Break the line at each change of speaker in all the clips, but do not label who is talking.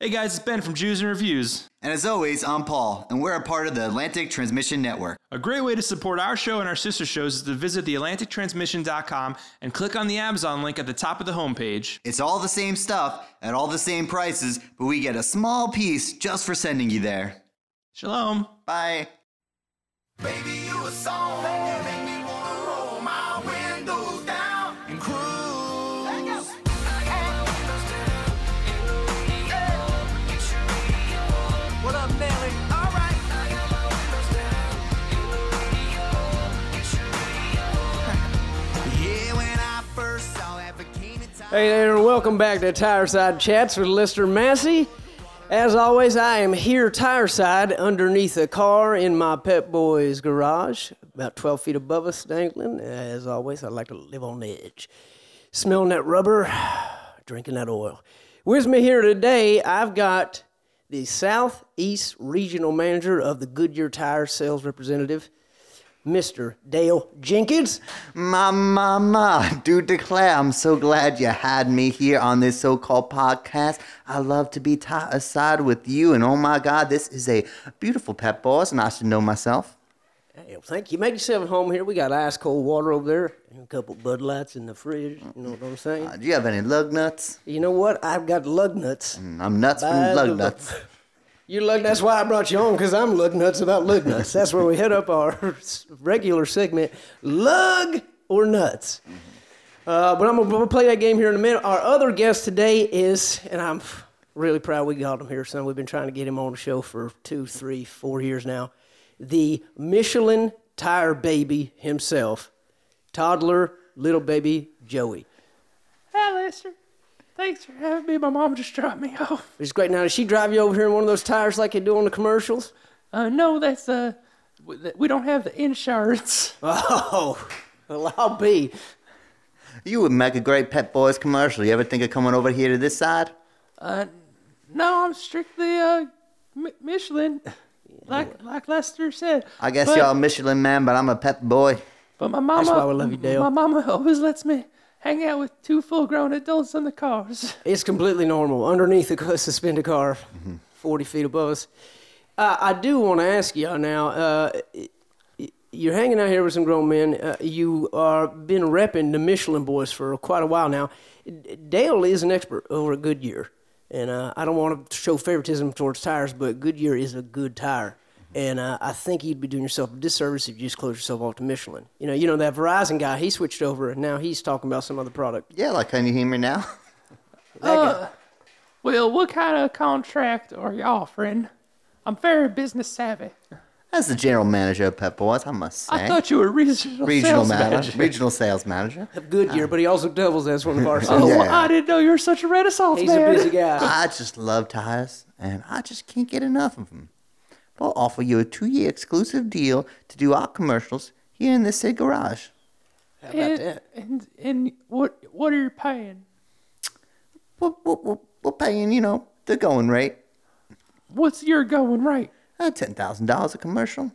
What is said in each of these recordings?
Hey guys, it's Ben from Jews and Reviews.
And as always, I'm Paul, and we're a part of the Atlantic Transmission Network.
A great way to support our show and our sister shows is to visit theatlantictransmission.com and click on the Amazon link at the top of the homepage.
It's all the same stuff at all the same prices, but we get a small piece just for sending you there.
Shalom.
Bye.
Baby, you a song that make me wanna roll my windows down and cruise. What up, Mary? All right. Yeah, when I first saw that bikini top.
Hey there, welcome back to Tireside Chats with Lister Massey. As always, I am here tireside underneath a car in my pet boy's garage, about 12 feet above us, dangling. As always, I like to live on edge. Smelling that rubber, drinking that oil. With me here today, I've got the Southeast Regional Manager of the Goodyear Tire Sales Representative, Mr. Dale Jenkins.
Ma, ma, ma, do declare I'm so glad you had me here on this so called podcast. I love to be tied aside with you, and oh my god, this is a beautiful pet boss, and I should know myself.
Hey, well, thank you. Make yourself at home here. We got ice cold water over there and a couple Bud Lights in the fridge. You know what I'm saying?
Uh, Do you have any lug nuts? Mm,
You know what? I've got lug nuts.
I'm nuts
By
from
the
lug
lug.
nuts.
You lug. That's why I brought you on because I'm lug nuts about lug nuts. That's where we hit up our regular segment, lug or nuts. Uh, but I'm gonna, we'll play that game here in a minute. Our other guest today is, and I'm really proud we got him here, son. We've been trying to get him on the show for two, three, four years now. The Michelin tire baby himself, toddler, little baby Joey.
Hi, Lester. Thanks for having me. My mom just dropped me off.
It's great. Now, does she drive you over here in one of those tires like they do on the commercials?
Uh, no, that's uh, w- th- we don't have the insurance.
Oh, well, I'll be.
You would make a great Pet Boys commercial. You ever think of coming over here to this side?
Uh, no, I'm strictly uh, M- Michelin, like like Lester said.
I guess
but,
y'all Michelin man, but I'm a pet boy.
But my mama,
why we love you, Dale.
My mama always lets me hang out with two full-grown adults in the cars.
It's completely normal underneath a ca- suspended car, 40 feet above us. Uh, I do want to ask y'all now. Uh, y- y- you're hanging out here with some grown men. Uh, you are been repping the Michelin boys for quite a while now. D- Dale is an expert over at Goodyear, and uh, I don't want to show favoritism towards tires, but Goodyear is a good tire. And uh, I think you'd be doing yourself a disservice if you just close yourself off to Michelin. You know, you know that Verizon guy. He switched over, and now he's talking about some other product.
Yeah, like can you hear me now?
That guy.
Well, what kind of contract are you offering? I'm very business savvy.
As the general manager of Pet Boys, I must say.
I thought you were regional
regional
sales
manager,
manager.
regional sales manager.
Goodyear, but he also doubles as one of our
Oh,
Yeah.
I didn't know you were such a Renaissance
He's
man.
a busy guy.
I just love tires, and I just can't get enough of them. I'll offer you a two-year exclusive deal to do our commercials here in this said garage.
and, And, and what what are you paying?
We're, we're- we're, we're paying, you know, the going rate,
What's your going rate?
uh, ten thousand dollars a commercial.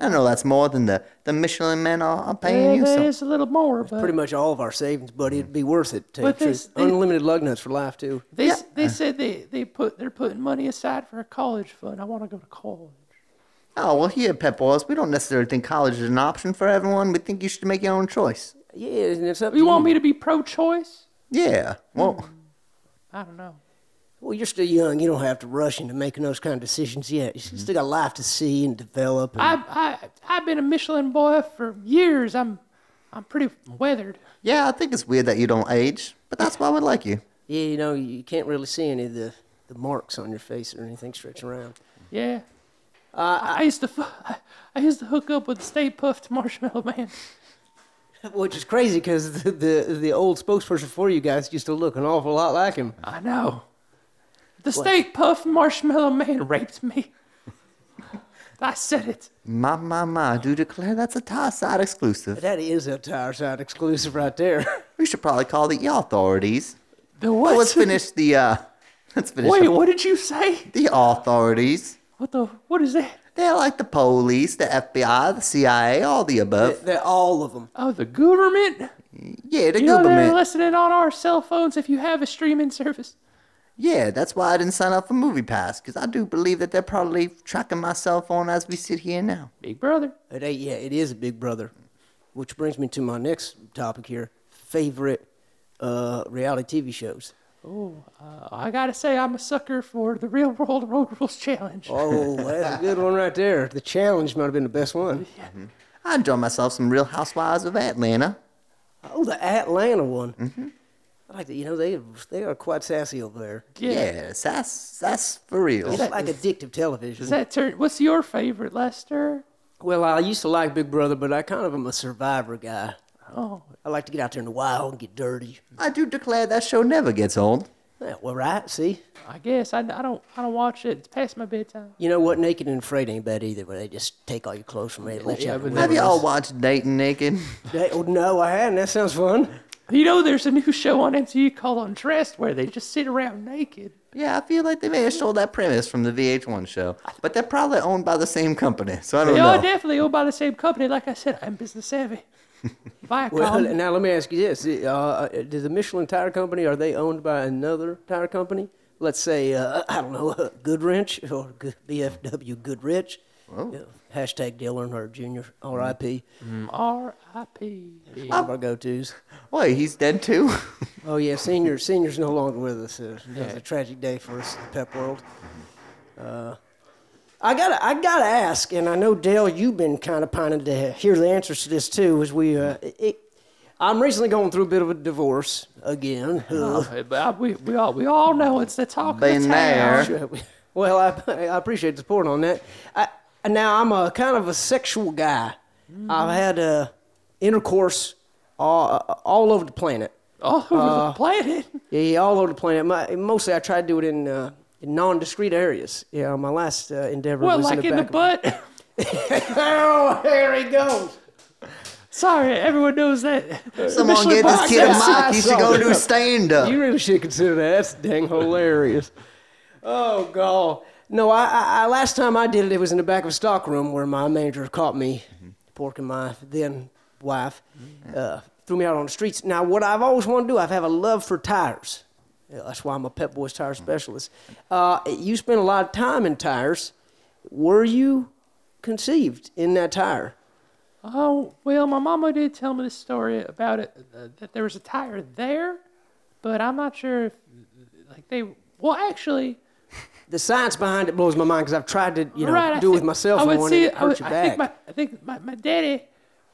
I know that's more than the, the Michelin men are, are paying you.
yeah, that
So
is a little more, but
Pretty much all of our savings, buddy. It'd be worth it. To
But
tell you the
this-
truth. Unlimited lug nuts for life too.
they s- they said they, they put they're putting money aside for a college fund. I want to go to college.
Oh, well, here, Pet Boys, we don't necessarily think college is an option for everyone. We think you should make your own choice.
Yeah, and it's up. to
You want me to be pro-choice?
Yeah. Well,
Hmm. I don't know.
Well, you're still young. You don't have to rush into making those kind of decisions yet. You still got life to see and develop. and-
I I I've been a Michelin boy for years. I'm I'm pretty weathered.
yeah, I think it's weird that you don't age, but that's why we like you.
yeah, you know, you can't really see any of the, the marks on your face or anything stretching around.
Yeah. I, I used to fu- I, I used to hook up with Stay Puffed Marshmallow Man.
Which is crazy because the, the the old spokesperson for you guys used to look an awful lot like him.
I know. The Stay Puffed Marshmallow Man raped me. I said it.
My, my, my, do declare that's a tie side exclusive.
That is a tire side exclusive right there.
We should probably call the authorities.
The what?
Well, let's finish the, uh, let's finish
Wait,
up.
what did you say?
the authorities.
What the? What is that?
They're like the police, the FBI, the CIA, all the above.
That all of them.
Oh, the government.
Yeah, the
You know they're
government.
listening on our cell phones if you have a streaming service.
Yeah, that's why I didn't sign up for Movie Pass, because I do believe that they're probably tracking my cell phone as we sit here now.
Big brother.
It ain't, yeah, it is a big brother. Which brings me to my next topic here favorite uh, reality TV shows.
Oh, uh, I gotta say, I'm a sucker for the Real World Road Rules Challenge.
Oh, that's a good one right there. The challenge might have been the best one.
I enjoy myself some Real Housewives of Atlanta.
Oh, the Atlanta one. I like that. You know, they they are quite sassy over there.
Yes, that's that's for real.
It's like addictive television.
Does that turn? What's your favorite, Lester?
well, I used to like Big Brother, but I kind of am a survivor guy.
Oh,
I like to get out there in the wild and get dirty.
I do declare that show never gets old.
Yeah, well, right? See,
I guess I, I don't. I don't watch it. It's past my bedtime.
you know what? Naked and Afraid ain't bad either. Where they just take all your clothes from you, and let you out.
but
Have y'all watched Dating Naked?
They- oh, no, I hadn't. That sounds fun.
You know, there's a new show on MTV called Undressed where they just sit around naked.
Yeah, I feel like they may have stole that premise from the VH1 show, but they're probably owned by the same company, so I don't
They are
know.
definitely all by the same company. Like I said, I'm business savvy. Viacom.
Well, now let me ask you this: uh, Does the Michelin Tire Company are they owned by another tire company? Let's say uh, I don't know, Goodwrench or Good- BFW Goodrich. Yeah, hashtag Dylan or Junior R.I.P.
R.I.P.
One of our go-tos.
Wait, he's dead too?
Oh yeah, senior senior's no longer with us. Uh, It's a tragic day for us in the pep world. Uh, I gotta I gotta ask, and I know Dale, you've been kind of pining to hear the answers to this too. As we, uh, it, I'm recently going through a bit of a divorce again. Ugh.
But I, Uh, we, we all we all know it's the talk of
Been
the town.
there.
Sure. Well, I, I appreciate the support on that. I, now I'm a kind of a sexual guy. I've had uh, intercourse all, all over the planet.
All over the
Uh,
planet.
Yeah, all over the planet. My, mostly, I try to do it in, uh, in non-discreet areas. Yeah, my last uh, endeavor
Well,
was
like
in the,
in
back
the butt.
Of, oh, there he goes.
Sorry, everyone knows that.
Someone
Michelin
get this
box-
kid a
yes, I
mic. He should
saw
go
it.
do stand up.
You really should consider that. That's dang hilarious. Oh God! No, I, I, I last time I did it, it was in the back of a stockroom where my manager caught me porking my then wife,
Mm-hmm.
uh, threw me out on the streets. Now, what I've always wanted to do, I've have a love for tires. Yeah, That's why I'm a Pep Boys tire
Mm-hmm.
specialist. Uh, you spend a lot of time in tires. Were you conceived in that tire?
Oh well, my mama did tell me this story about it uh, that there was a tire there, but I'm not sure if like they. Well, actually,
The science behind it blows my mind because I've tried to, you know,
right, I
do it with
think-
myself. and one, it
I
hurt
would-
your
I
back.
think my I think my, my daddy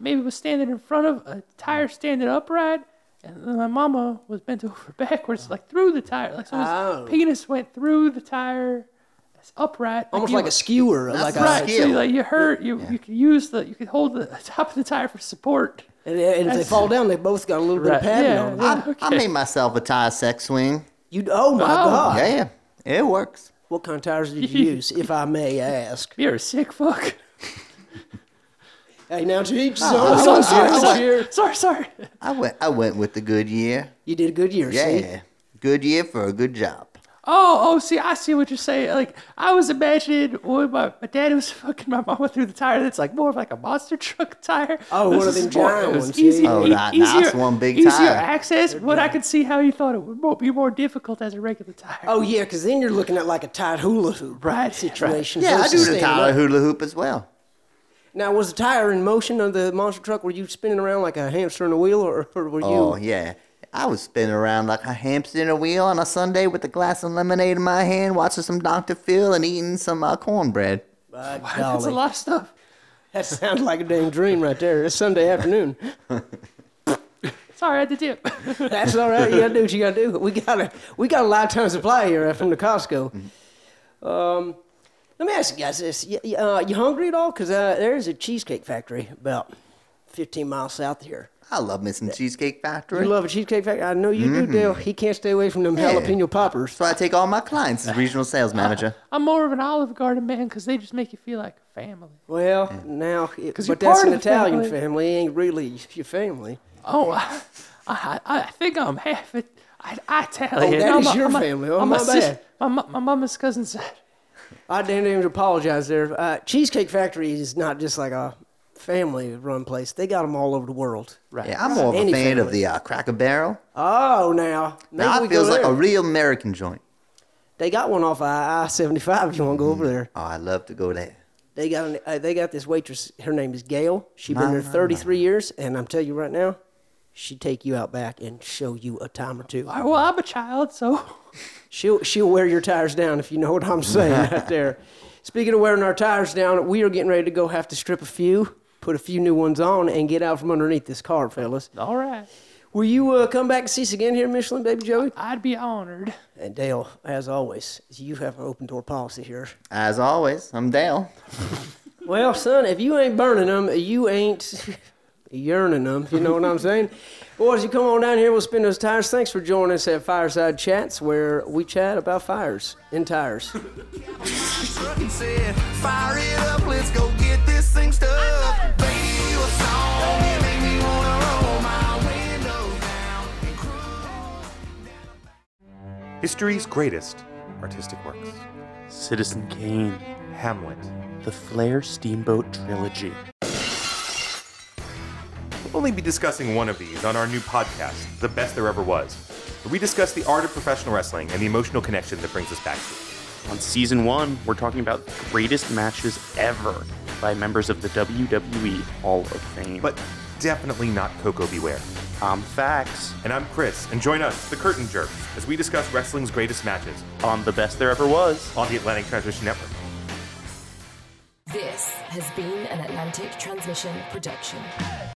maybe was standing in front of a tire standing upright, and then my mama was bent over backwards like through the tire, like so his
Oh.
penis went through the tire, it's upright,
almost
you-
like a skewer, like a,
right. So
skill.
you, like you hurt, you you can use the you can hold the top of the tire for support.
and, and if they fall down, they both got a little bit of
Right,
padding
yeah.
on them.
I, I made myself a tire sex swing.
You, oh my God!
Yeah, it works.
What kind of tires did you use, if I may ask?
You're a sick fuck.
Hey, now to each his
I
own.
went-
Sorry,
I
sorry.
went-
Sorry, sorry.
I went. I went with the good year.
You did a good year, see?
Yeah, good year for a good job.
Oh, oh, see, I see what you're saying. Like, I was imagining when my, my dad was fucking my mama through the tire that's like more of like a monster truck tire.
Oh, one
This
of them
is more-
giant
it was
ones,
Easier,
yeah.
Oh,
e-
that- that's
easier,
one big
easier
tire.
access, but I could see how you thought it would mo- be more difficult as a regular tire.
Oh yeah, because then you're looking at like a tied hula hoop
Right,
situation.
Yeah, I
versus
do the
standing
tire
up.
hula hoop as well.
Now, was the tire in motion of the monster truck? Were you spinning around like a hamster in a wheel, or, or were you?
Oh yeah, I was spinning around like a hamster in a wheel on a Sunday with a glass of lemonade in my hand, watching some Dr. Phil and eating some uh, cornbread.
By
That's a
golly.
lot of stuff.
That sounds like a damn dream right there. It's Sunday afternoon.
Sorry, I had to dip.
That's all right. You gotta do what you gotta do. We got a we got a lot of time supply here from the Costco. Um,
Mm-hmm.
let me ask you guys this: you, you, uh, you hungry at all? Because uh, there's a cheesecake factory about 15 miles south of here.
I love missing Cheesecake Factory.
You love a cheesecake factory? I know you
Mm-hmm.
do, Dale. He can't stay away from them
Yeah.
jalapeno poppers.
so I take all my clients as regional sales manager.
I'm more of an Olive Garden man because they just make you feel like family.
Well, now, it-
you're
but that's
part
an
of the family.
Italian family. It ain't really your family.
Oh, I, I, I think I'm half it. I, Italian.
Oh, that
I'm
is
a-
your
I'm a-
family. Oh,
I'm
my
a sis-
bad.
My, mu- my mama's cousin's side.
I damn near apologize there. Uh, cheesecake factory is not just like a family-run place. They got them all over the world. Right.
Yeah, I'm more of a
Any
fan of
family.
the uh, Cracker Barrel.
Oh, now. Maybe
Now
we
it
go
feels like
there.
a real American joint.
They got one off I seventy five. If you want to go over there,
Oh, I'd love to go there.
they got an, uh, they got this waitress. Her name is Gail. She's been there thirty three years, and I'm telling you right now, she'd take you out back and show you a time or two.
"Oh, Well, I'm a child, so
She'll she'll wear your tires down if you know what I'm saying out there. Speaking of wearing our tires down, we are getting ready to go have to strip a few, put a few new ones on, and get out from underneath this car, fellas.
all right.
Will you uh, come back and see us again here, Michelin, baby Joey?
I'd be honored.
And Dale, as always, you have an open door policy here.
As always, I'm Dale.
Well, son, if you ain't burning them, you ain't yearning them. You know what I'm saying? Boys, you come on down here. We'll spin those tires. Thanks for joining us at Fireside Chats, where we chat about fires and tires.
truck and said, Fire it up, let's go get this thing stuck. Baby, you a song, you make me wanna roll my windows down and cruise.
History's greatest artistic works
Citizen Kane,
Hamlet,
the Flair Steamboat Trilogy.
We'll only be discussing one of these on our new podcast, The Best There Ever Was, where we discuss the art of professional wrestling and the emotional connection that brings us back to it.
On season one, we're talking about the greatest matches ever by members of the WWE Hall of Fame.
But definitely not Coco Beware.
on facts,
And I'm Chris, and join us, The Curtain Jerks, as we discuss wrestling's greatest matches
on the best there ever was.
on the Atlantic Transmission Network.
This has been an Atlantic Transmission production.